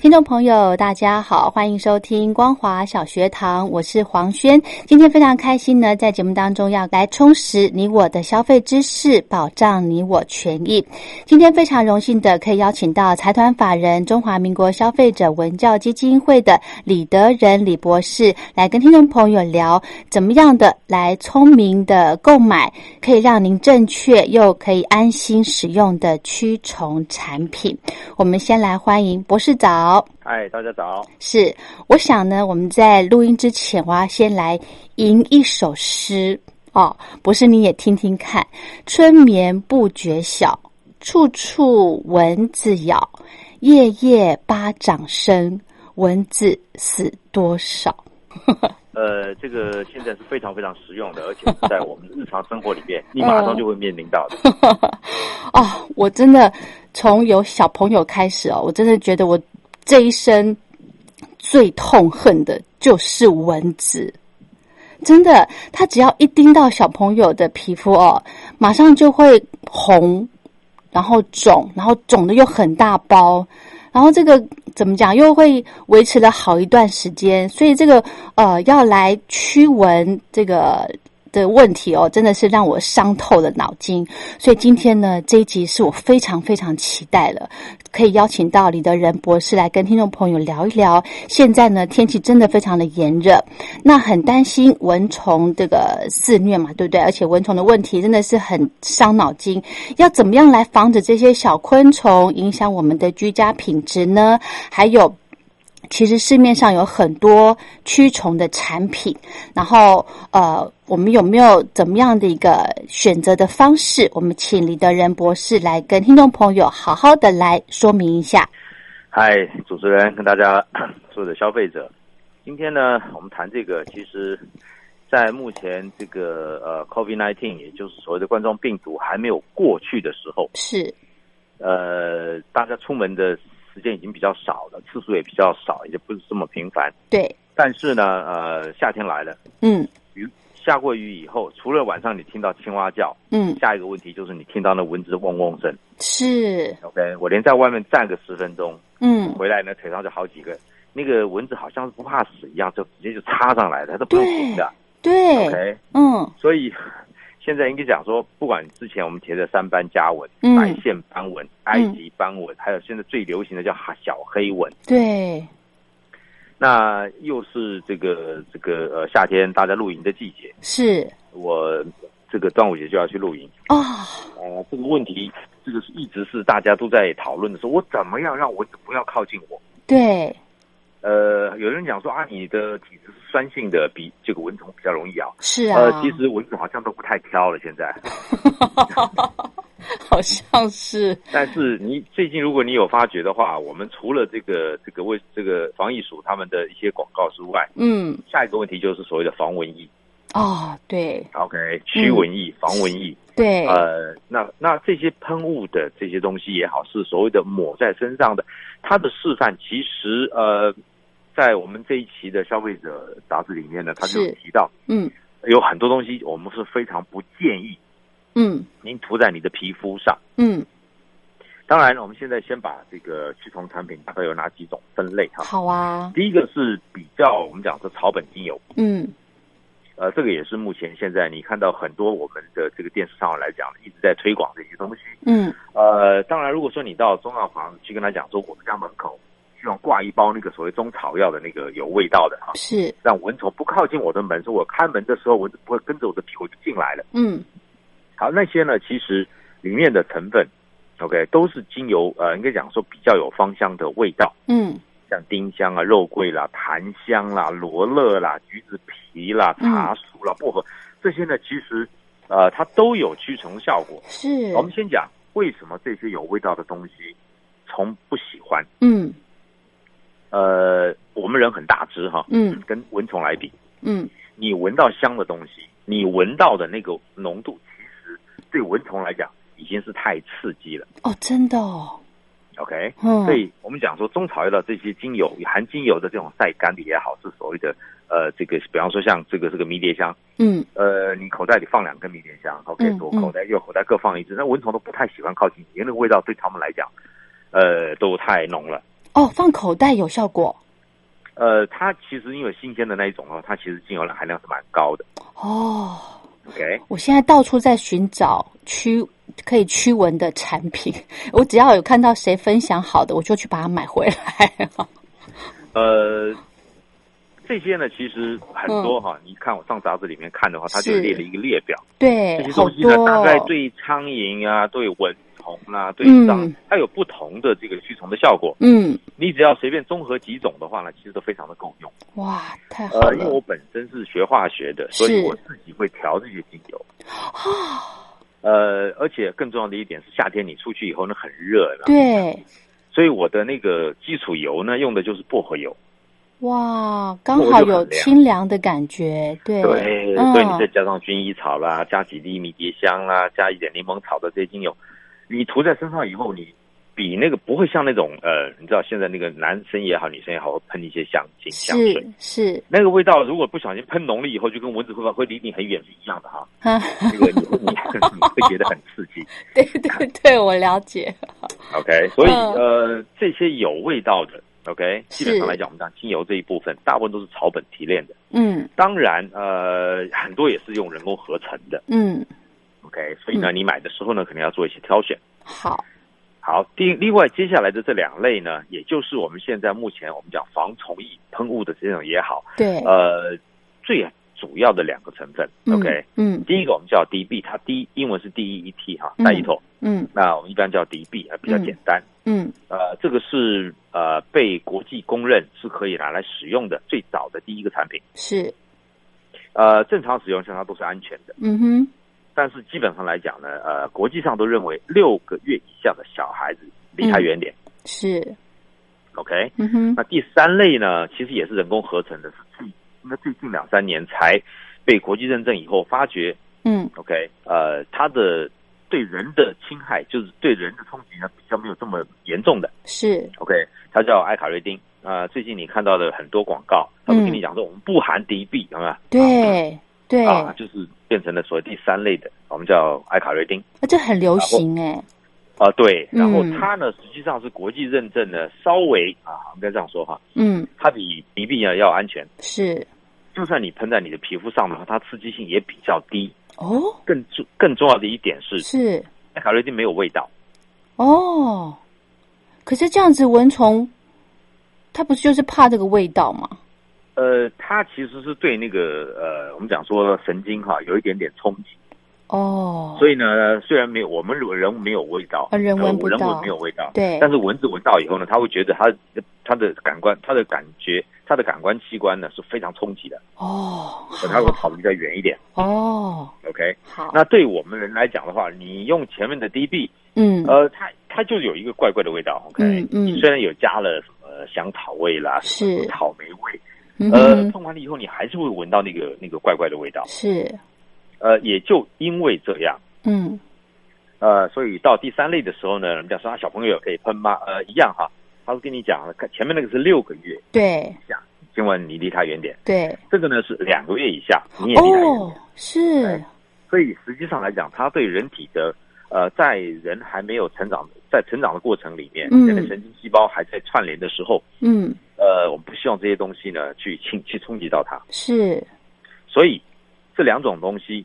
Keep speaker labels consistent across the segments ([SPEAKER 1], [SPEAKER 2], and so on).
[SPEAKER 1] 听众朋友，大家好，欢迎收听光华小学堂，我是黄轩。今天非常开心呢，在节目当中要来充实你我的消费知识，保障你我权益。今天非常荣幸的可以邀请到财团法人中华民国消费者文教基金会的李德仁李博士来跟听众朋友聊，怎么样的来聪明的购买，可以让您正确又可以安心使用的驱虫产品。我们先来欢迎博士早。
[SPEAKER 2] 嗨，哎大家早。
[SPEAKER 1] 是，我想呢，我们在录音之前，我要先来吟一首诗哦，博士你也听听看：春眠不觉晓，处处蚊子咬，夜夜巴掌声，蚊子死多少？
[SPEAKER 2] 呃，这个现在是非常非常实用的，而且是在我们日常生活里面，你马上就会面临到的。
[SPEAKER 1] 哦，我真的从有小朋友开始哦，我真的觉得我这一生最痛恨的就是蚊子。真的，它只要一叮到小朋友的皮肤哦，马上就会红，然后肿，然后肿的又很大包，然后这个怎么讲，又会维持了好一段时间，所以这个呃要来驱蚊这个的问题哦，真的是让我伤透了脑筋。所以今天呢，这一集是我非常非常期待了，可以邀请到李德仁博士来跟听众朋友聊一聊。现在呢，天气真的非常的炎热，那很担心蚊虫这个肆虐嘛，对不对？而且蚊虫的问题真的是很伤脑筋，要怎么样来防止这些小昆虫影响我们的居家品质呢？还有。其实市面上有很多驱虫的产品，然后呃，我们有没有怎么样的一个选择的方式？我们请李德仁博士来跟听众朋友好好的来说明一下。
[SPEAKER 2] 嗨，哎主持人跟大家 所有的消费者，今天呢，我们谈这个，其实，在目前这个呃 COVID-19，也就是所谓的冠状病毒还没有过去的时候，
[SPEAKER 1] 是，
[SPEAKER 2] 呃，大家出门的时间已经比较少了，次数也比较少，也不是这么频繁。
[SPEAKER 1] 对，
[SPEAKER 2] 但是呢，呃，夏天来了，
[SPEAKER 1] 嗯
[SPEAKER 2] 雨下过雨以后，除了晚上你听到青蛙叫，
[SPEAKER 1] 嗯，
[SPEAKER 2] 下一个问题就是你听到那蚊子嗡嗡声。
[SPEAKER 1] 是，
[SPEAKER 2] OK，我连在外面站个十分钟，
[SPEAKER 1] 嗯，
[SPEAKER 2] 回来呢腿上就好几个，那个蚊子好像是不怕死一样，就直接就插上来了，它都不用停的。
[SPEAKER 1] 对，
[SPEAKER 2] OK，
[SPEAKER 1] 嗯
[SPEAKER 2] 所以现在应该讲说，不管之前我们提的三斑家蚊、
[SPEAKER 1] 嗯
[SPEAKER 2] 白线斑蚊、埃及斑蚊，还有现在最流行的叫小黑蚊，
[SPEAKER 1] 对，
[SPEAKER 2] 那又是这个这个呃夏天大家露营的季节，
[SPEAKER 1] 是，
[SPEAKER 2] 我这个端午节就要去露营。
[SPEAKER 1] 啊、
[SPEAKER 2] 呃，这个问题，这个是一直是大家都在讨论的，说我怎么样让蚊子不要靠近我。
[SPEAKER 1] 对，
[SPEAKER 2] 呃，有人讲说啊，你的体质是酸性的，比这个蚊虫比较容易咬。
[SPEAKER 1] 是啊，
[SPEAKER 2] 呃，其实蚊子好像都不太挑了，现在。
[SPEAKER 1] 好像是，
[SPEAKER 2] 但是你最近如果你有发觉的话，我们除了这个这个卫这个防疫署他们的一些广告之外，
[SPEAKER 1] 嗯，
[SPEAKER 2] 下一个问题就是所谓的防蚊疫
[SPEAKER 1] 哦，对，
[SPEAKER 2] ，OK，驱蚊疫、防蚊疫。
[SPEAKER 1] 对，
[SPEAKER 2] 呃，那那这些喷雾的这些东西也好，是所谓的抹在身上的，它的示范其实呃，在我们这一期的消费者杂志里面呢，它就是提到
[SPEAKER 1] 嗯
[SPEAKER 2] 有很多东西我们是非常不建议
[SPEAKER 1] 嗯
[SPEAKER 2] 您涂在你的皮肤上。
[SPEAKER 1] 嗯，
[SPEAKER 2] 当然，我们现在先把这个驱虫产品大概有哪几种分类哈。
[SPEAKER 1] 好啊，
[SPEAKER 2] 第一个是比较我们讲是草本精油，
[SPEAKER 1] 嗯，
[SPEAKER 2] 呃，这个也是目前现在你看到很多我们的这个电视上来讲一直在推广这些东西。
[SPEAKER 1] 嗯，
[SPEAKER 2] 呃，当然，如果说你到中药房去跟他讲说我们家门口居然挂一包那个所谓中草药的那个有味道的啊，
[SPEAKER 1] 是，
[SPEAKER 2] 让蚊虫不靠近我的门，说我开门的时候蚊子不会跟着我的屁股就进来了。
[SPEAKER 1] 嗯
[SPEAKER 2] 好，那些呢，其实里面的成分，OK，都是精油，呃，应该讲说比较有芳香的味道，
[SPEAKER 1] 嗯
[SPEAKER 2] 像丁香啊、肉桂啦、檀香啦、罗勒啦、橘子皮啦、
[SPEAKER 1] 嗯
[SPEAKER 2] 茶树啦、薄荷这些呢，其实呃，它都有驱虫效果。
[SPEAKER 1] 是
[SPEAKER 2] 我，们先讲为什么这些有味道的东西虫不喜欢。
[SPEAKER 1] 嗯
[SPEAKER 2] 呃，我们人很大只哈，
[SPEAKER 1] 嗯
[SPEAKER 2] 跟蚊虫来比，
[SPEAKER 1] 嗯
[SPEAKER 2] 你闻到香的东西，你闻到的那个浓度，其实对蚊虫来讲已经是太刺激了。
[SPEAKER 1] 哦，真的哦，
[SPEAKER 2] OK，
[SPEAKER 1] 嗯
[SPEAKER 2] 所以我们讲说中草药的这些精油，含精油的这种晒干的也好，是所谓的呃这个，比方说像这个这个迷迭香，
[SPEAKER 1] 嗯
[SPEAKER 2] 呃，你口袋里放两根迷迭香，OK，
[SPEAKER 1] 嗯
[SPEAKER 2] 左
[SPEAKER 1] 嗯
[SPEAKER 2] 口袋右口袋各放一支，那蚊虫都不太喜欢靠近你，因为那个味道对他们来讲，呃，都太浓了。
[SPEAKER 1] 哦，放口袋有效果
[SPEAKER 2] 呃，它其实因为新鲜的那一种哦，它其实精油的含量是蛮高的
[SPEAKER 1] 哦。
[SPEAKER 2] ，OK，
[SPEAKER 1] 我现在到处在寻找驱可以驱蚊的产品， 我只要有看到谁分享好的，我就去把它买回来。
[SPEAKER 2] 呃。这些呢，其实很多
[SPEAKER 1] 嗯
[SPEAKER 2] 哈，你看我上杂志里面看的话，它就是列了一个列表，
[SPEAKER 1] 对
[SPEAKER 2] 这，些
[SPEAKER 1] 好
[SPEAKER 2] 东西
[SPEAKER 1] 多
[SPEAKER 2] 呢，
[SPEAKER 1] 哦、
[SPEAKER 2] 大概对苍蝇啊、对蚊虫啊、对
[SPEAKER 1] 嗯
[SPEAKER 2] 蟑螂，它有不同的这个驱虫的效果。
[SPEAKER 1] 嗯，
[SPEAKER 2] 你只要随便综合几种的话呢，其实都非常的够用。
[SPEAKER 1] 哇，太好
[SPEAKER 2] 呃，因为我
[SPEAKER 1] 了，
[SPEAKER 2] 本身是学化学的，所以
[SPEAKER 1] 是哦
[SPEAKER 2] 我自己会调这些精油。呃，而且更重要的一点是，夏天你出去以后呢很热，有没有
[SPEAKER 1] 对，
[SPEAKER 2] 所以我的那个基础油呢用的就是薄荷油。
[SPEAKER 1] 哇，刚好有清凉的感觉，对，
[SPEAKER 2] 对，
[SPEAKER 1] 嗯
[SPEAKER 2] 所以你再加上薰衣草啦，加几粒迷迭香啦，加一点柠檬草的这些精油，你涂在身上以后，你比那个不会像那种呃，你知道现在那个男生也好，女生也好，会喷一些香精香水
[SPEAKER 1] 是，是
[SPEAKER 2] 那个味道如果不小心喷浓了以后，就跟蚊子会会离你很远是一样的哈。
[SPEAKER 1] 啊，
[SPEAKER 2] 那个你会你你会觉得很刺 激
[SPEAKER 1] 对对对，我了解，
[SPEAKER 2] ，OK？所以
[SPEAKER 1] 嗯
[SPEAKER 2] 呃，这些有味道的，OK，
[SPEAKER 1] 是
[SPEAKER 2] 基本上来讲，我们讲精油这一部分，大部分都是草本提炼的，
[SPEAKER 1] 嗯
[SPEAKER 2] 当然呃，很多也是用人工合成的。
[SPEAKER 1] 嗯，
[SPEAKER 2] OK，所以呢，你买的时候呢，可能要做一些挑选。
[SPEAKER 1] 好，
[SPEAKER 2] 好，第另外接下来的这两类呢，也就是我们现在目前我们讲防虫液喷雾的这种也好，
[SPEAKER 1] 对，
[SPEAKER 2] 呃，最主要的两个成分。
[SPEAKER 1] 嗯
[SPEAKER 2] OK，
[SPEAKER 1] 嗯
[SPEAKER 2] 第一个我们叫 DB，它第一英文是 DEET 哈，
[SPEAKER 1] 嗯
[SPEAKER 2] 带一头，
[SPEAKER 1] 嗯
[SPEAKER 2] 那我们一般叫 DB 啊，比较
[SPEAKER 1] 嗯
[SPEAKER 2] 简单。
[SPEAKER 1] 嗯，
[SPEAKER 2] 呃，这个是呃被国际公认是可以拿来使用的最早的第一个产品。
[SPEAKER 1] 是，
[SPEAKER 2] 呃，正常使用上它都是安全的。
[SPEAKER 1] 嗯哼，
[SPEAKER 2] 但是基本上来讲呢，呃，国际上都认为六个月以下的小孩子离他远点。
[SPEAKER 1] 是，
[SPEAKER 2] OK，
[SPEAKER 1] 嗯哼，
[SPEAKER 2] 那第三类呢，其实也是人工合成的，是最应该最近两三年才被国际认证以后，发觉
[SPEAKER 1] 嗯
[SPEAKER 2] OK，呃，它的对人的侵害，就是对人的冲击呢，比较没有这么严重的。
[SPEAKER 1] 是，
[SPEAKER 2] OK，它叫埃卡瑞丁。啊、最近你看到的很多广告，他会跟你讲说我们不含敌避，有没有？
[SPEAKER 1] 嗯对对，
[SPEAKER 2] 啊，就是变成了所谓第三类的，我们叫埃卡瑞丁。
[SPEAKER 1] 那这很流行哎、
[SPEAKER 2] 啊，对，然后
[SPEAKER 1] 嗯
[SPEAKER 2] 它呢，实际上是国际认证呢，稍微啊，应该这样说哈，
[SPEAKER 1] 嗯，
[SPEAKER 2] 它比鼻鼻呢要安全。
[SPEAKER 1] 是
[SPEAKER 2] 就算你喷在你的皮肤上的话，它刺激性也比较低。
[SPEAKER 1] 哦，
[SPEAKER 2] 更重更重要的一点是，
[SPEAKER 1] 是
[SPEAKER 2] 艾卡瑞丁没有味道。
[SPEAKER 1] 哦，可是这样子蚊虫，它不是就是怕这个味道吗？
[SPEAKER 2] 呃，它其实是对那个呃，我们讲说神经哈有一点点冲击，
[SPEAKER 1] 哦，
[SPEAKER 2] 所以呢，虽然没有我们人没有味道，
[SPEAKER 1] 呃人
[SPEAKER 2] 呃
[SPEAKER 1] 闻不
[SPEAKER 2] 人
[SPEAKER 1] 到
[SPEAKER 2] 没有味道，
[SPEAKER 1] 对
[SPEAKER 2] 但是蚊子闻到以后呢，它会觉得它它的感官、它的感觉、它的感官器官呢是非常冲击的，
[SPEAKER 1] 哦，好
[SPEAKER 2] 所以它会跑得比较远一点。
[SPEAKER 1] 哦，
[SPEAKER 2] OK，
[SPEAKER 1] 好，
[SPEAKER 2] 那对我们人来讲的话，你用前面的 DB，
[SPEAKER 1] 嗯
[SPEAKER 2] 呃，它它就有一个怪怪的味道，OK，、
[SPEAKER 1] 嗯嗯
[SPEAKER 2] 虽然有加了什么香草味啦，什么
[SPEAKER 1] 是
[SPEAKER 2] 草莓味，
[SPEAKER 1] 嗯
[SPEAKER 2] 呃，
[SPEAKER 1] 哼
[SPEAKER 2] 碰完了以后，你还是会闻到那个那个怪怪的味道，
[SPEAKER 1] 是
[SPEAKER 2] 呃，也就因为这样，
[SPEAKER 1] 嗯
[SPEAKER 2] 呃，所以到第三类的时候呢，人家说啊，小朋友也可以喷吗？呃，一样哈，他会跟你讲，看前面那个是六个月，
[SPEAKER 1] 对
[SPEAKER 2] 今晚你离他远点，
[SPEAKER 1] 对
[SPEAKER 2] 这个呢是两个月以下，你也离他远点。
[SPEAKER 1] 哦是
[SPEAKER 2] 哎所以实际上来讲，它对人体的呃，在人还没有成长，在成长的过程里面，
[SPEAKER 1] 嗯
[SPEAKER 2] 人的神经细胞还在串联的时候，
[SPEAKER 1] 嗯
[SPEAKER 2] 呃，我们不希望这些东西呢去侵去冲击到它。
[SPEAKER 1] 是
[SPEAKER 2] 所以这两种东西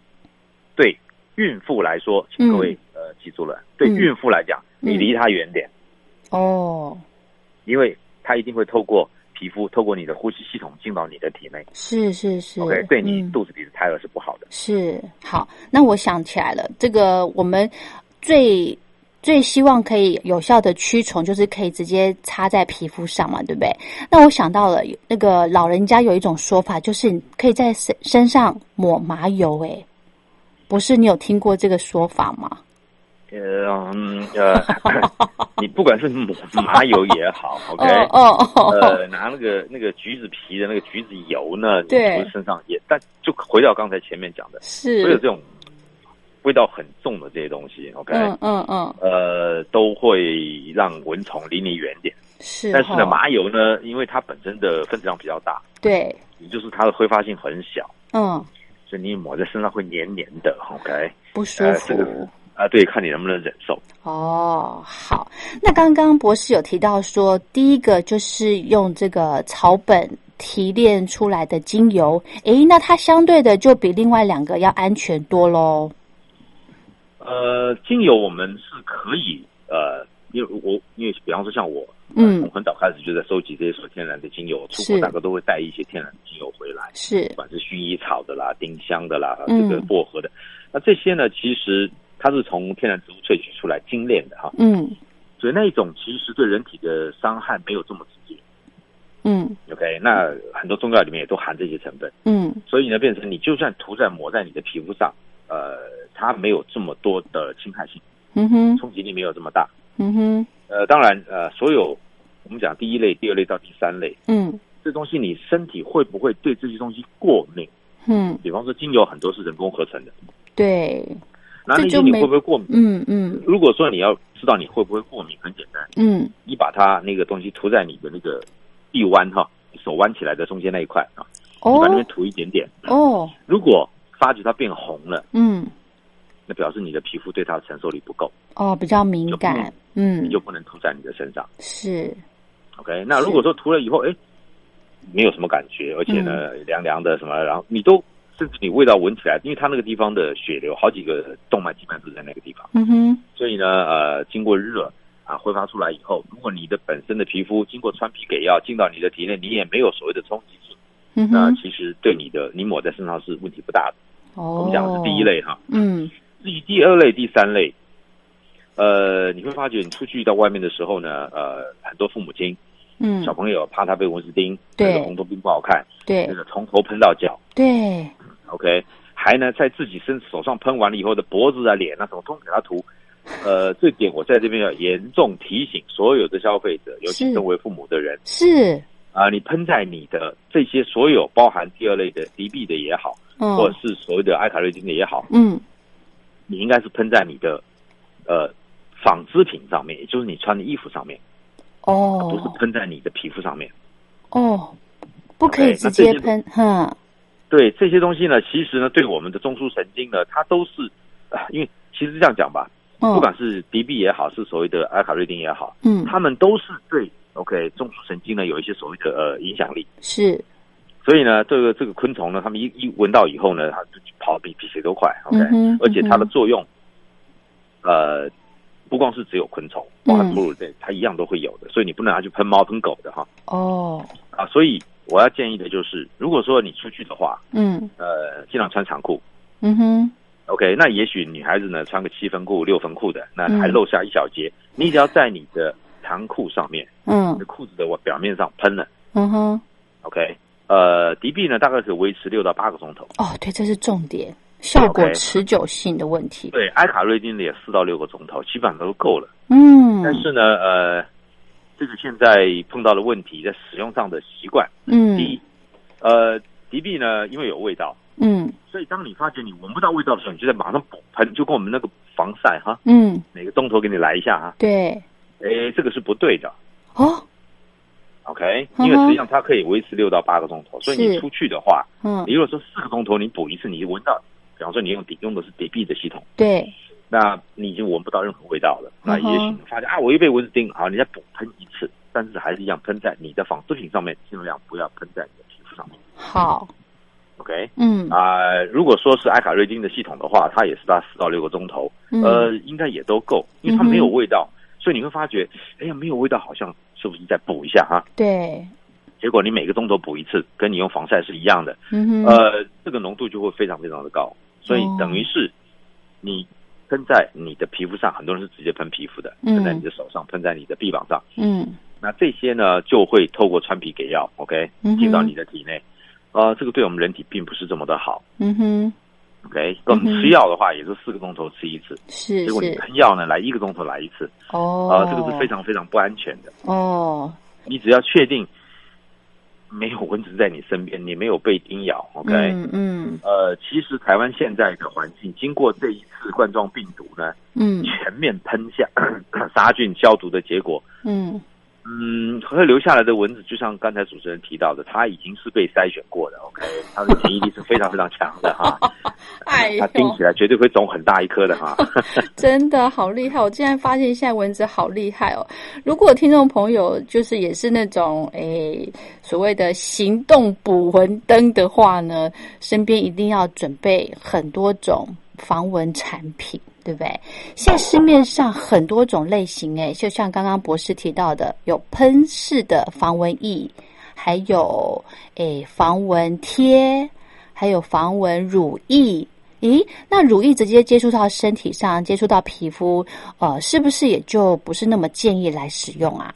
[SPEAKER 2] 对孕妇来说，请各位、呃记住了，对
[SPEAKER 1] 嗯
[SPEAKER 2] 孕妇来讲，
[SPEAKER 1] 嗯
[SPEAKER 2] 你离它远点，
[SPEAKER 1] 哦
[SPEAKER 2] 因为它一定会透过皮肤、透过你的呼吸系统进到你的体内。
[SPEAKER 1] 是是是
[SPEAKER 2] OK，对你
[SPEAKER 1] 嗯
[SPEAKER 2] 肚子里的胎儿是不好的。
[SPEAKER 1] 是好，那我想起来了，这个我们最最希望可以有效的驱虫，就是可以直接擦在皮肤上嘛，对不对？那我想到了，有那个老人家有一种说法，就是你可以在身身上抹麻油、欸，不是你有听过这个说法吗？
[SPEAKER 2] 呃嗯 呃， 你不管是抹麻油也 好，OK，
[SPEAKER 1] 哦哦哦，
[SPEAKER 2] 呃，拿那个那个橘子皮的那个橘子油呢，你
[SPEAKER 1] 对
[SPEAKER 2] 涂身上也，但就回到刚才前面讲的，所有
[SPEAKER 1] 是
[SPEAKER 2] 这，种味道很重的这些东西，OK，、
[SPEAKER 1] 嗯嗯嗯，
[SPEAKER 2] 呃，都会让蚊虫离你远点。
[SPEAKER 1] 是哦哈，
[SPEAKER 2] 但是呢，麻油呢，因为它本身的分子量比较大，
[SPEAKER 1] 对，
[SPEAKER 2] 也就是它的挥发性很小，
[SPEAKER 1] 嗯，
[SPEAKER 2] 所以你抹在身上会黏黏的，OK，
[SPEAKER 1] 不舒
[SPEAKER 2] 呃
[SPEAKER 1] 服。
[SPEAKER 2] 这个啊，对，看你能不能忍受。
[SPEAKER 1] 哦，好。那刚刚博士有提到说，第一个就是用这个草本提炼出来的精油，诶，那它相对的就比另外两个要安全多喽。
[SPEAKER 2] 呃，精油我们是可以呃，因为我因为比方说像我，
[SPEAKER 1] 嗯
[SPEAKER 2] 呃从很早开始就在收集这些所天然的精油，出
[SPEAKER 1] 是
[SPEAKER 2] 国大概都会带一些天然的精油回来，
[SPEAKER 1] 是
[SPEAKER 2] 不，管是薰衣草的啦、丁香的啦、
[SPEAKER 1] 嗯
[SPEAKER 2] 这个薄荷的，那这些呢，其实它是从天然植物萃取出来精炼的哈，
[SPEAKER 1] 嗯
[SPEAKER 2] 所以那一种其实对人体的伤害没有这么直接。
[SPEAKER 1] 嗯
[SPEAKER 2] OK，那很多中药里面也都含这些成分，
[SPEAKER 1] 嗯，
[SPEAKER 2] 所以呢，变成你就算涂在抹在你的皮肤上，呃，它没有这么多的侵害性，
[SPEAKER 1] 嗯哼，
[SPEAKER 2] 冲击力没有这么大。
[SPEAKER 1] 嗯哼，
[SPEAKER 2] 呃，当然，呃，所有我们讲第一类、第二类到第三类，
[SPEAKER 1] 嗯
[SPEAKER 2] 这东西你身体会不会对这些东西过敏？
[SPEAKER 1] 嗯，
[SPEAKER 2] 比方说精油很多是人工合成的，
[SPEAKER 1] 对，
[SPEAKER 2] 那
[SPEAKER 1] 这
[SPEAKER 2] 那
[SPEAKER 1] 就
[SPEAKER 2] 些你
[SPEAKER 1] 没
[SPEAKER 2] 会不会过敏？
[SPEAKER 1] 嗯嗯
[SPEAKER 2] 如果说你要知道你会不会过敏，很简单，
[SPEAKER 1] 嗯，
[SPEAKER 2] 你把它那个东西涂在你的那个臂弯哈，手弯起来的中间那一块啊，你把那边
[SPEAKER 1] 哦
[SPEAKER 2] 涂一点点。
[SPEAKER 1] 哦，
[SPEAKER 2] 如果发觉它变红了，
[SPEAKER 1] 嗯
[SPEAKER 2] 那表示你的皮肤对它的承受力不够，
[SPEAKER 1] 哦，比较敏感，嗯
[SPEAKER 2] 你，就不能涂在你的身上。
[SPEAKER 1] 是，
[SPEAKER 2] OK，那如果说涂了以后，哎，没有什么感觉，而且呢，
[SPEAKER 1] 嗯
[SPEAKER 2] 凉凉的什么，然后你都甚至你味道闻起来，因为它那个地方的血流好几个动脉基本上都在那个地方，
[SPEAKER 1] 嗯哼，
[SPEAKER 2] 所以呢，呃，经过热啊挥发出来以后，如果你的本身的皮肤经过川皮给药进到你的体内，你也没有所谓的冲击性，
[SPEAKER 1] 嗯
[SPEAKER 2] 那
[SPEAKER 1] 哼，
[SPEAKER 2] 其实对你的你抹在身上是问题不大的。我
[SPEAKER 1] 哦，
[SPEAKER 2] 们讲的是第一，类哈，
[SPEAKER 1] 嗯
[SPEAKER 2] 至于第二类、第三类。呃，你会发觉你出去到外面的时候呢，呃，很多父母亲
[SPEAKER 1] 嗯
[SPEAKER 2] 小，朋友怕他被蚊子叮，
[SPEAKER 1] 对
[SPEAKER 2] 那个红头病不好看，
[SPEAKER 1] 对
[SPEAKER 2] 那个从头喷到脚
[SPEAKER 1] 对，
[SPEAKER 2] ，OK，还呢在自己身手上喷完了以后的脖子啊、脸啊什么，通通给他涂。呃，这点我在这边要严重提醒所有的消费者，尤其
[SPEAKER 1] 是
[SPEAKER 2] 身为父母的人
[SPEAKER 1] 是，
[SPEAKER 2] 啊、你喷在你的这些所有包含第二类的 DB 的也好，
[SPEAKER 1] 嗯
[SPEAKER 2] 或者是所谓的艾卡瑞丁的也好，
[SPEAKER 1] 嗯，
[SPEAKER 2] 你应该是喷在你的呃纺织品上面，也就是你穿的衣服上面，不是
[SPEAKER 1] 哦
[SPEAKER 2] 喷在你的皮肤上面。
[SPEAKER 1] 哦，不可以
[SPEAKER 2] OK，
[SPEAKER 1] 直
[SPEAKER 2] 哎那
[SPEAKER 1] 接
[SPEAKER 2] 这些
[SPEAKER 1] 喷，哼，
[SPEAKER 2] 对这些东西呢，其实呢，对我们的中枢神经呢，它都是，啊因为其实这样讲吧，
[SPEAKER 1] 嗯
[SPEAKER 2] 不管是 DB 也好，是所谓的阿卡瑞丁也好，
[SPEAKER 1] 嗯，
[SPEAKER 2] 它们都是对 OK 中枢神经呢有一些所谓的呃影响力。
[SPEAKER 1] 是，
[SPEAKER 2] 所以呢，这个这个昆虫呢，它们一一闻到以后呢，它就跑得比比谁都快，OK，、
[SPEAKER 1] 嗯哼
[SPEAKER 2] 而且它的
[SPEAKER 1] 嗯哼
[SPEAKER 2] 作用，呃，不光是只有昆虫，包含
[SPEAKER 1] 嗯
[SPEAKER 2] 哺乳类，它一样都会有的，所以你不能拿去喷猫喷狗的哈
[SPEAKER 1] 哦，
[SPEAKER 2] 啊。所以我要建议的就是，如果说你出去的话，
[SPEAKER 1] 嗯
[SPEAKER 2] 呃，尽量穿长裤，
[SPEAKER 1] 嗯哼，
[SPEAKER 2] OK，那也许女孩子呢穿个七分裤、六分裤的，那
[SPEAKER 1] 嗯
[SPEAKER 2] 还露下一小截，你只要在你的长裤上面、你的
[SPEAKER 1] 嗯
[SPEAKER 2] 裤子的表面上喷了
[SPEAKER 1] 嗯哼，
[SPEAKER 2] ，OK，呃，敌避呢大概是维持六到八个钟头，
[SPEAKER 1] 哦，对，这是重点，效果
[SPEAKER 2] OK
[SPEAKER 1] 持久性的问题，
[SPEAKER 2] 哎对，埃卡瑞丁的也四到六个钟头，基本上都够了。
[SPEAKER 1] 嗯
[SPEAKER 2] 但是呢，呃，这个现在碰到的问题在使用上的习惯，第
[SPEAKER 1] 嗯
[SPEAKER 2] 一，呃，敌避呢因为有味道，
[SPEAKER 1] 嗯
[SPEAKER 2] 所以当你发觉你闻不到味道的时候，你就在马上补喷，就跟我们那个防晒哈，
[SPEAKER 1] 嗯，
[SPEAKER 2] 哪个钟头给你来一下哈，
[SPEAKER 1] 对，
[SPEAKER 2] 诶，这个是不对的。
[SPEAKER 1] 哦，
[SPEAKER 2] OK，
[SPEAKER 1] 嗯哼
[SPEAKER 2] 因为实际上它可以维持六到八个钟头，所以你
[SPEAKER 1] 是
[SPEAKER 2] 出去的话，
[SPEAKER 1] 嗯
[SPEAKER 2] 你如果说四个钟头你补一次，你就闻到，比方说你用底用的是底壁的系统，
[SPEAKER 1] 对，
[SPEAKER 2] 那你已经闻不到任何味道了。那
[SPEAKER 1] 嗯哼
[SPEAKER 2] 也许你发现啊，我又被蚊子叮，好，你再补喷一次，但是还是一样喷在你的纺织品上面，尽量不要喷在你的皮肤上面。
[SPEAKER 1] 好，
[SPEAKER 2] OK，
[SPEAKER 1] 嗯
[SPEAKER 2] 啊、如果说是埃卡瑞丁的系统的话，它也是它四到六个钟头，呃
[SPEAKER 1] 嗯
[SPEAKER 2] 呃，应该也都够，因为它没有味道，所以你会发觉，哎呀，没有味道好像是不是再补一下哈？
[SPEAKER 1] 对，
[SPEAKER 2] 结果你每个钟头补一次，跟你用防晒是一样的，
[SPEAKER 1] 嗯哼，
[SPEAKER 2] 呃，这个浓度就会非常非常的高，所以
[SPEAKER 1] 哦
[SPEAKER 2] 等于是你喷在你的皮肤上，很多人是直接喷皮肤的，
[SPEAKER 1] 嗯
[SPEAKER 2] 喷在你的手上，喷在你的臂膀上，
[SPEAKER 1] 嗯
[SPEAKER 2] 那这些呢就会透过川皮给药，OK，
[SPEAKER 1] 嗯哼
[SPEAKER 2] 进到你的体内，呃，这个对我们人体并不是这么的好
[SPEAKER 1] 嗯哼，
[SPEAKER 2] ，OK，我们吃药的话也就四个钟头吃一次，
[SPEAKER 1] 是
[SPEAKER 2] 结果你
[SPEAKER 1] 是，
[SPEAKER 2] 喷药呢来一个钟头来一次，
[SPEAKER 1] 哦
[SPEAKER 2] 啊、，这个是非常非常不安全的。
[SPEAKER 1] 哦，
[SPEAKER 2] 你只要确定没有蚊子在你身边，你没有被叮咬，OK，、
[SPEAKER 1] 嗯嗯
[SPEAKER 2] 呃，其实台湾现在的环境，经过这一次冠状病毒呢，
[SPEAKER 1] 嗯
[SPEAKER 2] 全面喷下 杀菌消毒的结果，
[SPEAKER 1] 嗯，
[SPEAKER 2] 嗯，会留下来的蚊子，就像刚才主持人提到的，它已经是被筛选过的，OK，它的免疫力是非常非常强的哈，
[SPEAKER 1] 哎
[SPEAKER 2] 它
[SPEAKER 1] 呦，
[SPEAKER 2] 叮起来绝对会肿很大一颗的哈。
[SPEAKER 1] 真的好厉害！我竟然发现现在蚊子好厉害哦。如果听众朋友就是也是那种诶所谓的行动捕蚊灯的话呢，身边一定要准备很多种防蚊产品，对不对？现在市面上很多种类型，诶，就像刚刚博士提到的，有喷式的防蚊液，还有诶防蚊贴，还有防蚊乳液。咦，那乳液直接接触到身体上，接触到皮肤，呃，是不是也就不是那么建议来使用啊？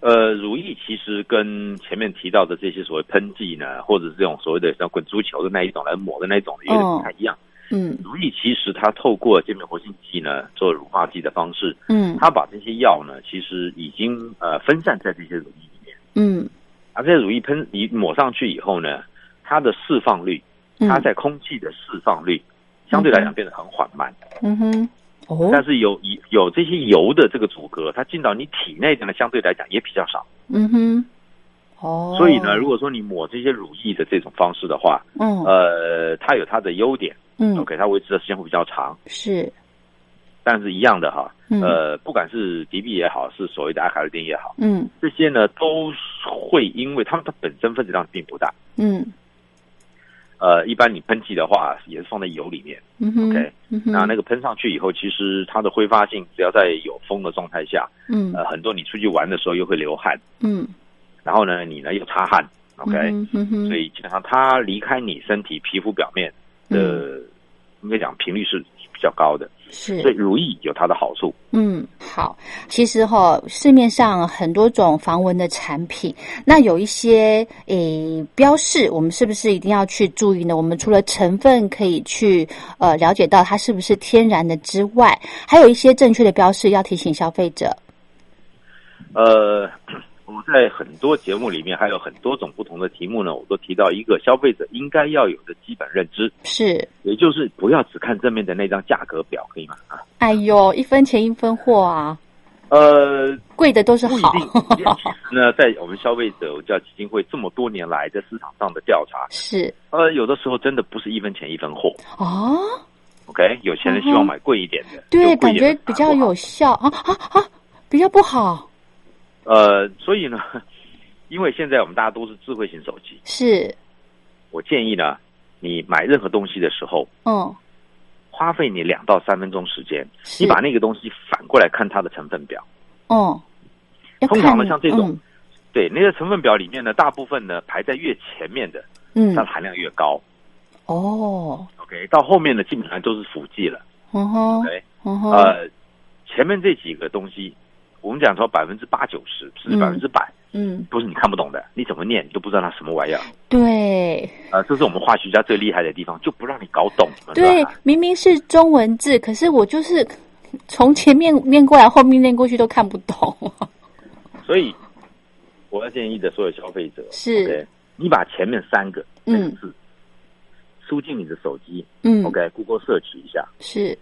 [SPEAKER 2] 呃，如意其实跟前面提到的这些所谓喷剂呢，或者是这种所谓的像滚珠球的那一种来抹的那一种，有点不太一样。
[SPEAKER 1] 嗯
[SPEAKER 2] 如意其实它透过界面活性剂呢，做乳化剂的方式，
[SPEAKER 1] 嗯
[SPEAKER 2] 它把这些药呢，其实已经呃分散在这些乳液里面，
[SPEAKER 1] 嗯
[SPEAKER 2] 而这些乳液喷你抹上去以后呢，它的释放率，
[SPEAKER 1] 嗯，
[SPEAKER 2] 它在空气的释放率。相对来讲变得很缓慢，
[SPEAKER 1] 嗯哼，哦，
[SPEAKER 2] 但是有有有这些油的这个阻隔，它进到你体内的呢，相对来讲也比较少。
[SPEAKER 1] 嗯哼，哦，
[SPEAKER 2] 所以呢，如果说你抹这些乳液的这种方式的话，
[SPEAKER 1] 嗯
[SPEAKER 2] 呃，它有它的优点
[SPEAKER 1] 嗯
[SPEAKER 2] ，OK，它维持的时间会比较长，
[SPEAKER 1] 是
[SPEAKER 2] 但是一样的哈，
[SPEAKER 1] 嗯
[SPEAKER 2] 呃，不管是迪碧也好，是所谓的阿卡瑞丁也好，
[SPEAKER 1] 嗯
[SPEAKER 2] 这些呢都会因为它们它本身分子量并不大，
[SPEAKER 1] 嗯
[SPEAKER 2] 呃，一般你喷剂的话也是放在油里面，
[SPEAKER 1] 嗯哼
[SPEAKER 2] OK，
[SPEAKER 1] 嗯哼，
[SPEAKER 2] 那那个喷上去以后，其实它的挥发性只要在有风的状态下，
[SPEAKER 1] 嗯
[SPEAKER 2] 呃，很多你出去玩的时候又会流汗，
[SPEAKER 1] 嗯
[SPEAKER 2] 然后呢你呢又擦汗，OK，、
[SPEAKER 1] 嗯哼嗯哼，
[SPEAKER 2] 所以基本上它离开你身体皮肤表面的，应该讲频率是比较高的。
[SPEAKER 1] 嗯是
[SPEAKER 2] 所以如意有它的好处。
[SPEAKER 1] 嗯，好。其实哈、市面上很多种防蚊的产品，那有一些诶标示，我们是不是一定要去注意呢？我们除了成分可以去呃了解到它是不是天然的之外，还有一些正确的标示要提醒消费者。
[SPEAKER 2] 呃， 我在很多节目里面还有很多种不同的题目呢，我都提到一个消费者应该要有的基本认知，
[SPEAKER 1] 是，
[SPEAKER 2] 也就是不要只看正面的那张价格表，可以吗？啊，
[SPEAKER 1] 哎呦，一分钱一分货啊，
[SPEAKER 2] 呃，
[SPEAKER 1] 贵的都是
[SPEAKER 2] 不一
[SPEAKER 1] 好。
[SPEAKER 2] 定。其实呢，在我们消费者叫基金会这么多年来在市场上的调查，
[SPEAKER 1] 是
[SPEAKER 2] 呃，有的时候真的不是一分钱一分货。
[SPEAKER 1] 哦，
[SPEAKER 2] OK，有钱人希望买贵一点的，
[SPEAKER 1] 嗯对，
[SPEAKER 2] 有贵
[SPEAKER 1] 感
[SPEAKER 2] 一
[SPEAKER 1] 觉
[SPEAKER 2] 点的
[SPEAKER 1] 比较
[SPEAKER 2] 反而不好
[SPEAKER 1] 有效啊啊啊，比较不好。
[SPEAKER 2] 呃，所以呢，因为现在我们大家都是智慧型手机，
[SPEAKER 1] 是，
[SPEAKER 2] 我建议呢，你买任何东西的时候，
[SPEAKER 1] 嗯，
[SPEAKER 2] 花费你两到三分钟时间，
[SPEAKER 1] 是
[SPEAKER 2] 你把那个东西反过来看它的成分表。
[SPEAKER 1] 嗯，要
[SPEAKER 2] 通常呢
[SPEAKER 1] 看
[SPEAKER 2] 像这种
[SPEAKER 1] 嗯
[SPEAKER 2] 对，那个成分表里面呢，大部分呢排在越前面的，
[SPEAKER 1] 嗯
[SPEAKER 2] 它的含量越高。
[SPEAKER 1] 哦，
[SPEAKER 2] OK，到后面呢，基本上都是辅剂了。
[SPEAKER 1] 嗯哼，
[SPEAKER 2] OK，
[SPEAKER 1] 嗯哼，
[SPEAKER 2] 呃，前面这几个东西，我们讲说百分之八九十，甚至
[SPEAKER 1] 嗯
[SPEAKER 2] 百分之百，
[SPEAKER 1] 嗯，
[SPEAKER 2] 都是你看不懂的，你怎么念你都不知道它什么玩意儿。
[SPEAKER 1] 对
[SPEAKER 2] 呃，这是我们化学家最厉害的地方，就不让你搞懂。你们知道
[SPEAKER 1] 对
[SPEAKER 2] 吧，
[SPEAKER 1] 明明是中文字，可是我就是从前面念过来，后面念过去都看不懂。
[SPEAKER 2] 所以我要建议的所有消费者
[SPEAKER 1] 是
[SPEAKER 2] OK，你把前面三个
[SPEAKER 1] 嗯
[SPEAKER 2] 那个字输进你的手机、
[SPEAKER 1] 嗯
[SPEAKER 2] o k g o o g l e search 一下，
[SPEAKER 1] 是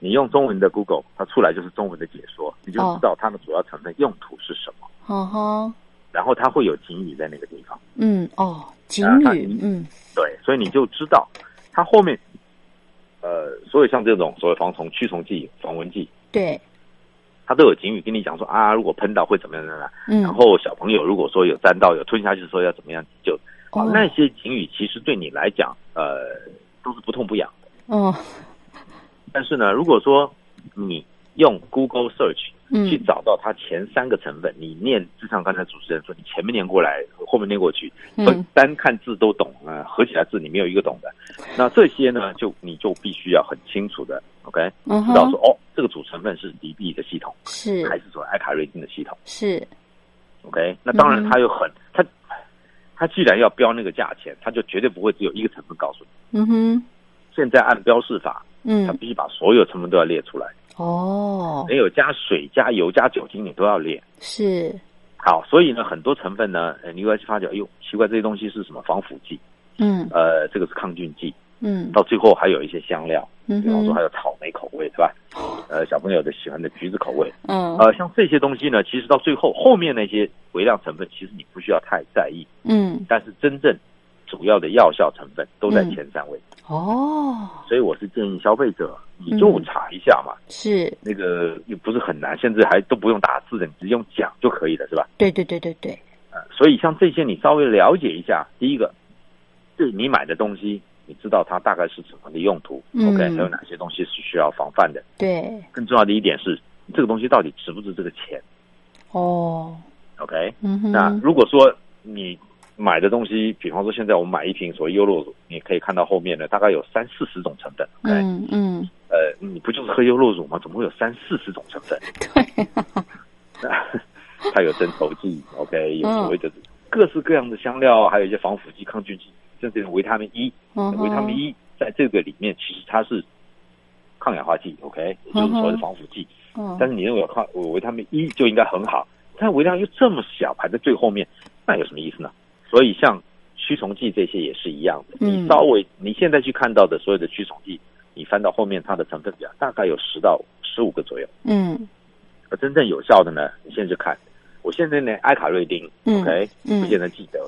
[SPEAKER 2] 你用中文的 Google，它出来就是中文的解说，你就
[SPEAKER 1] 哦
[SPEAKER 2] 知道它的主要成分用途是什么，
[SPEAKER 1] 嗯哼，
[SPEAKER 2] 然后它会有警语在那个地方，
[SPEAKER 1] 嗯，哦，警
[SPEAKER 2] 啊它
[SPEAKER 1] 语，嗯
[SPEAKER 2] 对，所以你就知道它后面。呃，所有像这种所谓防虫、驱虫剂、防蚊剂，
[SPEAKER 1] 对，
[SPEAKER 2] 它都有警语跟你讲说啊，如果喷到会怎么样怎么样。
[SPEAKER 1] 嗯，
[SPEAKER 2] 然后小朋友如果说有沾到、有吞下去的时候要怎么样急救，啊
[SPEAKER 1] 哦，
[SPEAKER 2] 那些警语其实对你来讲，呃，都是不痛不痒的。
[SPEAKER 1] 嗯
[SPEAKER 2] 但是呢，如果说你用 Google Search
[SPEAKER 1] 嗯
[SPEAKER 2] 去找到它前三个成分。你念，就像刚才主持人说，你前面念过来，后面念过去，
[SPEAKER 1] 嗯
[SPEAKER 2] 单看字都懂啊、呃合起来字你没有一个懂的。那这些呢，就你就必须要很清楚的，OK，
[SPEAKER 1] 嗯
[SPEAKER 2] 知道
[SPEAKER 1] 哼
[SPEAKER 2] 说，哦，这个主成分是迪碧的系统，还
[SPEAKER 1] 是
[SPEAKER 2] 是说埃卡瑞汀的系统
[SPEAKER 1] 是，
[SPEAKER 2] ？OK，那当然
[SPEAKER 1] 嗯
[SPEAKER 2] 它有很它。它既然要标那个价钱，它就绝对不会只有一个成分告诉你。
[SPEAKER 1] 嗯哼，
[SPEAKER 2] 现在按标示法，它
[SPEAKER 1] 嗯
[SPEAKER 2] 必须把所有成分都要列出来，
[SPEAKER 1] 哦，
[SPEAKER 2] 没有加水、加油、加酒精，你都要列。
[SPEAKER 1] 是，
[SPEAKER 2] 好，所以呢，很多成分呢，呃你会发觉，哎呦，奇怪，这些东西是什么防腐剂？
[SPEAKER 1] 嗯
[SPEAKER 2] 呃，这个是抗菌剂，
[SPEAKER 1] 嗯
[SPEAKER 2] 到最后还有一些香料，
[SPEAKER 1] 嗯
[SPEAKER 2] 比方说
[SPEAKER 1] 哼
[SPEAKER 2] 还有草莓口味，对吧？呃，小朋友的喜欢的橘子口味，
[SPEAKER 1] 嗯
[SPEAKER 2] 呃，像这些东西呢，其实到最后后面那些微量成分，其实你不需要太在意，
[SPEAKER 1] 嗯
[SPEAKER 2] 但是真正主要的药效成分都在
[SPEAKER 1] 嗯
[SPEAKER 2] 前三位，
[SPEAKER 1] 哦，
[SPEAKER 2] 所以我是建议消费者你就
[SPEAKER 1] 嗯
[SPEAKER 2] 查一下嘛，
[SPEAKER 1] 是
[SPEAKER 2] 那个又不是很难，甚至还都不用打字的，你直接用讲就可以了，是吧？
[SPEAKER 1] 对对对对对，
[SPEAKER 2] 呃所以像这些你稍微了解一下，第一个，对你买的东西，你知道它大概是什么的用途、
[SPEAKER 1] 嗯
[SPEAKER 2] o k 还有哪些东西是需要防范的。
[SPEAKER 1] 对
[SPEAKER 2] 更重要的一点是，这个东西到底值不值这个钱
[SPEAKER 1] 哦，
[SPEAKER 2] ？OK，、
[SPEAKER 1] 嗯哼，
[SPEAKER 2] 那如果说你买的东西，比方说现在我们买一瓶所谓优酪乳，你可以看到后面呢，大概有三四十种成分。OK，、
[SPEAKER 1] 嗯嗯，
[SPEAKER 2] 呃，你不就是喝优酪乳吗？怎么会有三四十种成分？
[SPEAKER 1] 嗯对，
[SPEAKER 2] 它有增稠剂，OK，有
[SPEAKER 1] 嗯
[SPEAKER 2] 所谓的各式各样的香料，还有一些防腐剂、抗菌剂，甚至有维他命 E，、
[SPEAKER 1] 嗯
[SPEAKER 2] 维他命
[SPEAKER 1] 哼
[SPEAKER 2] E 在这个里面其实它是抗氧化剂，OK，也就是所谓的防腐剂。
[SPEAKER 1] 嗯
[SPEAKER 2] 但是你认为有抗维他命 E 就应该很好，但维量又这么小，排在最后面，那有什么意思呢？所以像驱虫剂这些也是一样的，
[SPEAKER 1] 嗯
[SPEAKER 2] 你稍微你现在去看到的所有的驱虫剂，你翻到后面它的成分表，大概有十到十五个左右。
[SPEAKER 1] 嗯
[SPEAKER 2] 而真正有效的呢，你现在去看，我现在连埃卡瑞丁、
[SPEAKER 1] 嗯
[SPEAKER 2] o k
[SPEAKER 1] 嗯
[SPEAKER 2] 不见得记得，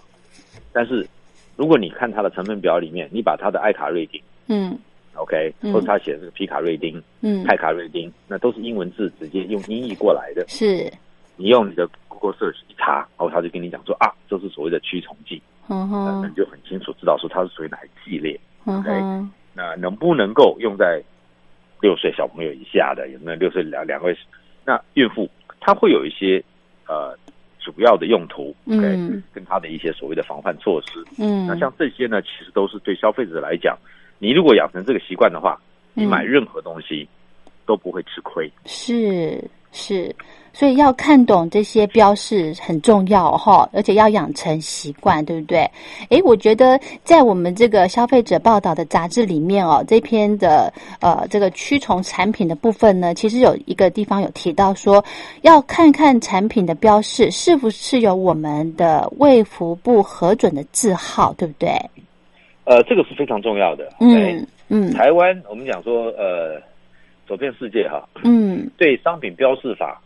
[SPEAKER 2] 但是如果你看它的成分表里面，你把它的埃卡瑞丁
[SPEAKER 1] 嗯
[SPEAKER 2] OK，
[SPEAKER 1] 嗯
[SPEAKER 2] 或者它写的是皮卡瑞丁、
[SPEAKER 1] 嗯，
[SPEAKER 2] 派卡瑞丁，那都是英文字直接用音译过来的。
[SPEAKER 1] 是，
[SPEAKER 2] 你用你的 Google search 一查，然后他就跟你讲说啊，这是所谓的驱虫剂，
[SPEAKER 1] 嗯
[SPEAKER 2] 那那你
[SPEAKER 1] 哼
[SPEAKER 2] 就很清楚知道说它是属于哪一系列。
[SPEAKER 1] 嗯哼，
[SPEAKER 2] 那能不能够用在六岁小朋友以下的？有没有六岁两两位？那孕妇她会有一些呃主要的用途，OK，、
[SPEAKER 1] 嗯
[SPEAKER 2] 跟她的一些所谓的防范措施。
[SPEAKER 1] 嗯，
[SPEAKER 2] 那像这些呢，其实都是对消费者来讲，你如果养成这个习惯的话，你
[SPEAKER 1] 嗯
[SPEAKER 2] 买任何东西都不会吃亏。
[SPEAKER 1] 是是，所以要看懂这些标示很重要哈，而且要养成习惯，对不对？诶，我觉得在我们这个消费者报道的杂志里面哦，这篇的呃这个驱虫产品的部分呢，其实有一个地方有提到说，要看看产品的标示是不是有我们的卫福部核准的字号，对不对？
[SPEAKER 2] 呃，这个是非常重要的。哎
[SPEAKER 1] 嗯嗯
[SPEAKER 2] 台湾我们讲说，呃，走遍世界哈，
[SPEAKER 1] 嗯，
[SPEAKER 2] 对商品标示法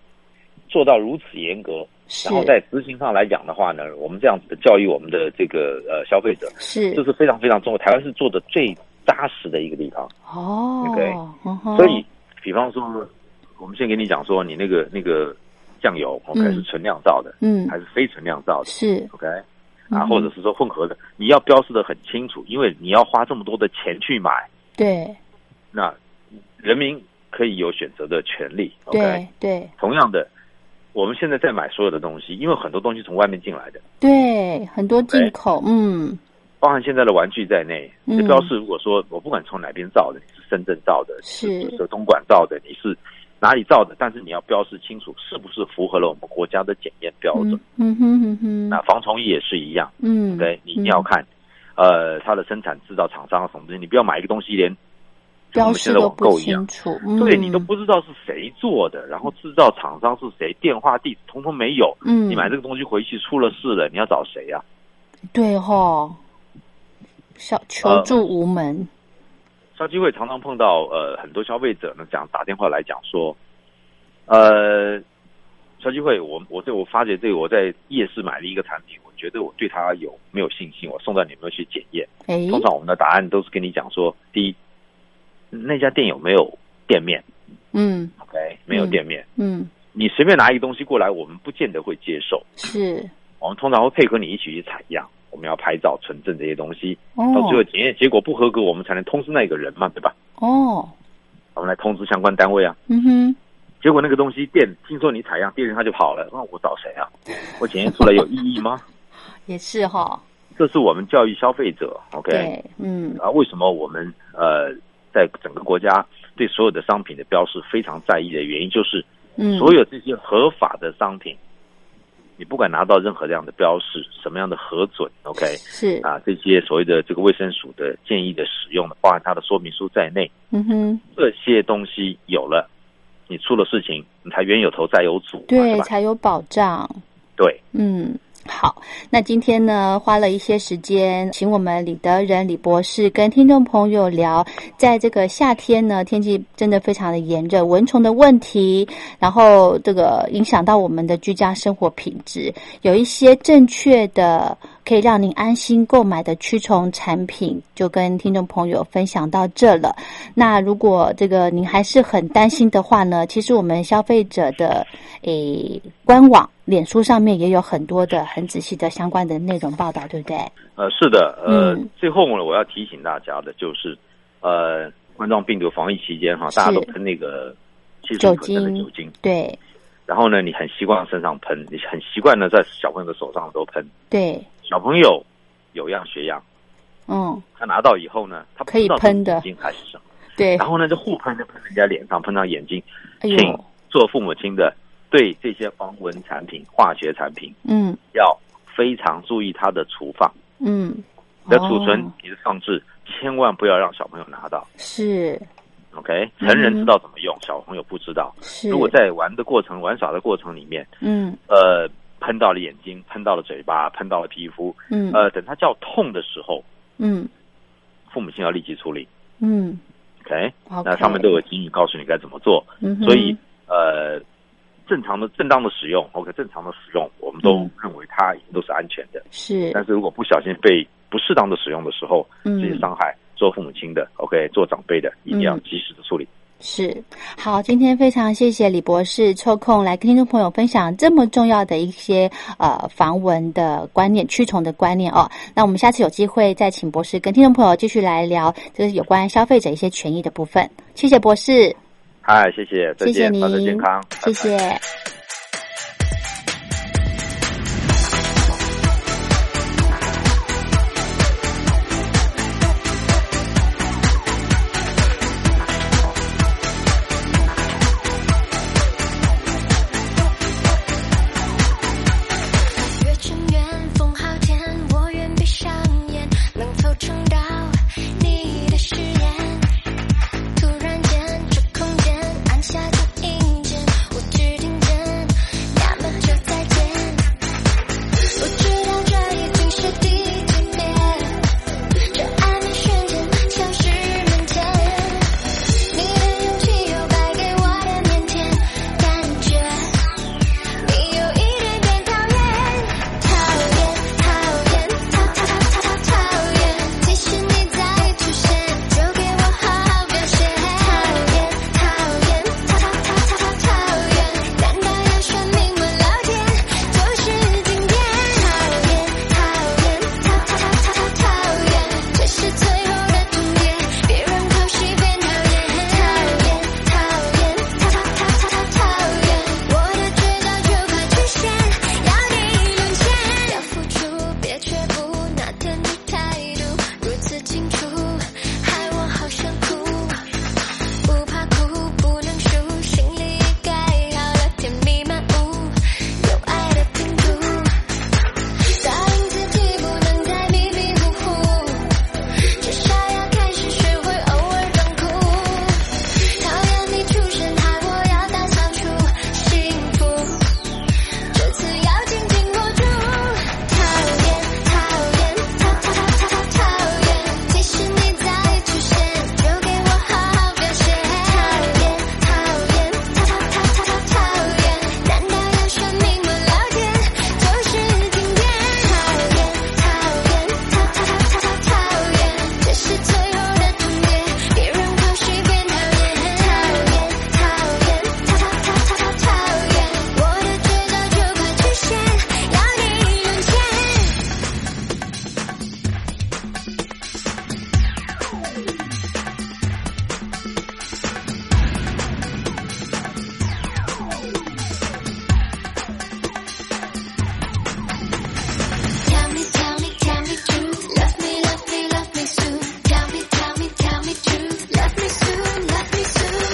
[SPEAKER 2] 做到如此严格，
[SPEAKER 1] 是
[SPEAKER 2] 然后在执行上来讲的话呢，我们这样子的教育我们的这个呃消费者，
[SPEAKER 1] 是
[SPEAKER 2] 这是非常非常重要。台湾是做的最扎实的一个地方，
[SPEAKER 1] 哦
[SPEAKER 2] OK，
[SPEAKER 1] 嗯哼
[SPEAKER 2] 所以比方说，我们先给你讲说，你那个那个酱油，OK，、哦
[SPEAKER 1] 嗯
[SPEAKER 2] 是纯酿造的
[SPEAKER 1] 嗯
[SPEAKER 2] 还是非纯酿造的
[SPEAKER 1] 是
[SPEAKER 2] ，OK，
[SPEAKER 1] 嗯
[SPEAKER 2] 啊，
[SPEAKER 1] 哼
[SPEAKER 2] 或者是说混合的，你要标示的很清楚，因为你要花这么多的钱去买，
[SPEAKER 1] 对
[SPEAKER 2] 那人民可以有选择的权利，OK，
[SPEAKER 1] 对对
[SPEAKER 2] 同样的，我们现在在买所有的东西，因为很多东西从外面进来的，
[SPEAKER 1] 对，很多进
[SPEAKER 2] 对
[SPEAKER 1] 口，嗯
[SPEAKER 2] 包含现在的玩具在内。
[SPEAKER 1] 嗯
[SPEAKER 2] 这标示如果说我不管从哪边造的，你是深圳造的，
[SPEAKER 1] 是
[SPEAKER 2] 你是东莞造的，你是哪里造的，但是你要标示清楚是不是符合了我们国家的检验标准。
[SPEAKER 1] 嗯嗯哼嗯
[SPEAKER 2] 那
[SPEAKER 1] 哼，
[SPEAKER 2] 防虫也是一样，
[SPEAKER 1] 嗯
[SPEAKER 2] 对，你一定要看，呃，它的生产制造厂商什么东西，你不要买一个东西连。就
[SPEAKER 1] 标
[SPEAKER 2] 跟我们
[SPEAKER 1] 示
[SPEAKER 2] 现在
[SPEAKER 1] 都
[SPEAKER 2] 网购
[SPEAKER 1] 不
[SPEAKER 2] 一样
[SPEAKER 1] 清，楚，
[SPEAKER 2] 对你都
[SPEAKER 1] 嗯
[SPEAKER 2] 不知道是谁做的，然后制造厂商是谁，电话地址通通没有，
[SPEAKER 1] 嗯，
[SPEAKER 2] 你买这个东西回去出了事了，你要找谁呀、啊
[SPEAKER 1] 对吼，小求
[SPEAKER 2] 呃
[SPEAKER 1] 助无门，
[SPEAKER 2] 消基会常常碰到呃很多消费者呢讲打电话来讲说，呃，消基会我我对我发觉这个我在夜市买了一个产品，我觉得我对它有没有信心，我送到你们去检验。
[SPEAKER 1] 诶，
[SPEAKER 2] 呃通常我们的答案都是跟你讲说，第一，那家店有没有店面
[SPEAKER 1] 嗯
[SPEAKER 2] ？OK，没有
[SPEAKER 1] 嗯
[SPEAKER 2] 店面，
[SPEAKER 1] 嗯
[SPEAKER 2] 你随便拿一个东西过来，我们不见得会接受，
[SPEAKER 1] 是
[SPEAKER 2] 我们通常会配合你一起去采样。我们要拍照、存证这些东西，到
[SPEAKER 1] 哦
[SPEAKER 2] 最后检验结果不合格，我们才能通知那个人嘛，对吧？
[SPEAKER 1] 哦，
[SPEAKER 2] 我们来通知相关单位啊。
[SPEAKER 1] 嗯哼
[SPEAKER 2] 结果那个东西店听说你采样，第二天他就跑了，那我找谁啊？我检验出来有意义吗？
[SPEAKER 1] 也是哈，
[SPEAKER 2] 这是我们教育消费者，OK？
[SPEAKER 1] 对，嗯，
[SPEAKER 2] 啊，为什么我们呃在整个国家对所有的商品的标示非常在意的原因，就是
[SPEAKER 1] 嗯，
[SPEAKER 2] 所有这些合法的商品，你不管拿到任何这样的标示，什么样的核准，OK？
[SPEAKER 1] 是，
[SPEAKER 2] 啊，这些所谓的这个卫生署的建议的使用的，包含它的说明书在内，
[SPEAKER 1] 嗯哼，
[SPEAKER 2] 这些东西有了，你出了事情，你才冤有头债有主嘛，
[SPEAKER 1] 对，
[SPEAKER 2] 是吧？
[SPEAKER 1] 才有保障。
[SPEAKER 2] 对，
[SPEAKER 1] 嗯，好，那今天呢，花了一些时间，请我们李德仁李博士跟听众朋友聊，在这个夏天呢，天气真的非常的炎热，蚊虫的问题，然后这个影响到我们的居家生活品质，有一些正确的可以让您安心购买的驱虫产品，就跟听众朋友分享到这了。那如果这个您还是很担心的话呢，其实我们消费者的诶官网、脸书上面也有很多的很仔细的相关的内容报道，对不对？
[SPEAKER 2] 呃，是的，呃，
[SPEAKER 1] 嗯
[SPEAKER 2] 最后呢，我要提醒大家的就是，呃，冠状病毒防疫期间哈，
[SPEAKER 1] 是
[SPEAKER 2] 大家都喷那个七十五
[SPEAKER 1] 酒精
[SPEAKER 2] 的酒精，
[SPEAKER 1] 对
[SPEAKER 2] 然后呢，你很习惯身上喷，你很习惯呢在小朋友的手上都喷，
[SPEAKER 1] 对，
[SPEAKER 2] 小朋友有样学样，
[SPEAKER 1] 嗯，
[SPEAKER 2] 他拿到以后呢，他不
[SPEAKER 1] 可以
[SPEAKER 2] 知道
[SPEAKER 1] 喷的
[SPEAKER 2] 酒精还是什么，
[SPEAKER 1] 对，
[SPEAKER 2] 然后呢就互喷，就喷人家脸上，喷到眼睛，
[SPEAKER 1] 哎
[SPEAKER 2] 啊请
[SPEAKER 1] 呦，
[SPEAKER 2] 做父母亲的对这些防蚊产品、化学产品
[SPEAKER 1] 嗯
[SPEAKER 2] 要非常注意它的储放、
[SPEAKER 1] 嗯，
[SPEAKER 2] 你的储存
[SPEAKER 1] 哦、、
[SPEAKER 2] 你的放置，千万不要让小朋友拿到。
[SPEAKER 1] 是
[SPEAKER 2] OK，
[SPEAKER 1] 嗯
[SPEAKER 2] 成人知道怎么用，小朋友不知道。
[SPEAKER 1] 是，
[SPEAKER 2] 如果在玩的过程、玩耍的过程里面，
[SPEAKER 1] 嗯
[SPEAKER 2] 呃，喷到了眼睛，喷到了嘴巴，喷到了皮肤，
[SPEAKER 1] 嗯
[SPEAKER 2] 呃，等他叫痛的时候，
[SPEAKER 1] 嗯
[SPEAKER 2] 父母亲要立即处理。
[SPEAKER 1] 嗯
[SPEAKER 2] OK，
[SPEAKER 1] ，OK，
[SPEAKER 2] 那上面都有警语告诉你该怎么做，
[SPEAKER 1] 嗯哼，
[SPEAKER 2] 所以呃，正常的、正当的使用，OK，正常的使用，我们都
[SPEAKER 1] 嗯
[SPEAKER 2] 认为它一定都是安全的。
[SPEAKER 1] 是
[SPEAKER 2] 但是如果不小心被不适当的使用的时候，这些
[SPEAKER 1] 嗯。
[SPEAKER 2] 伤害，做父母亲的，OK，做长辈的，一定要
[SPEAKER 1] 嗯
[SPEAKER 2] 及时的处理。
[SPEAKER 1] 是，好，今天非常谢谢李博士抽空来跟听众朋友分享这么重要的一些呃防蚊的观念、驱虫的观念哦。那我们下次有机会再请博士跟听众朋友继续来聊，就是有关消费者一些权益的部分。谢谢博士，
[SPEAKER 2] 嗨，谢谢，再
[SPEAKER 1] 谢谢
[SPEAKER 2] 见，
[SPEAKER 1] 您
[SPEAKER 2] 保持健康，拜
[SPEAKER 1] 谢
[SPEAKER 2] 拜
[SPEAKER 1] 谢。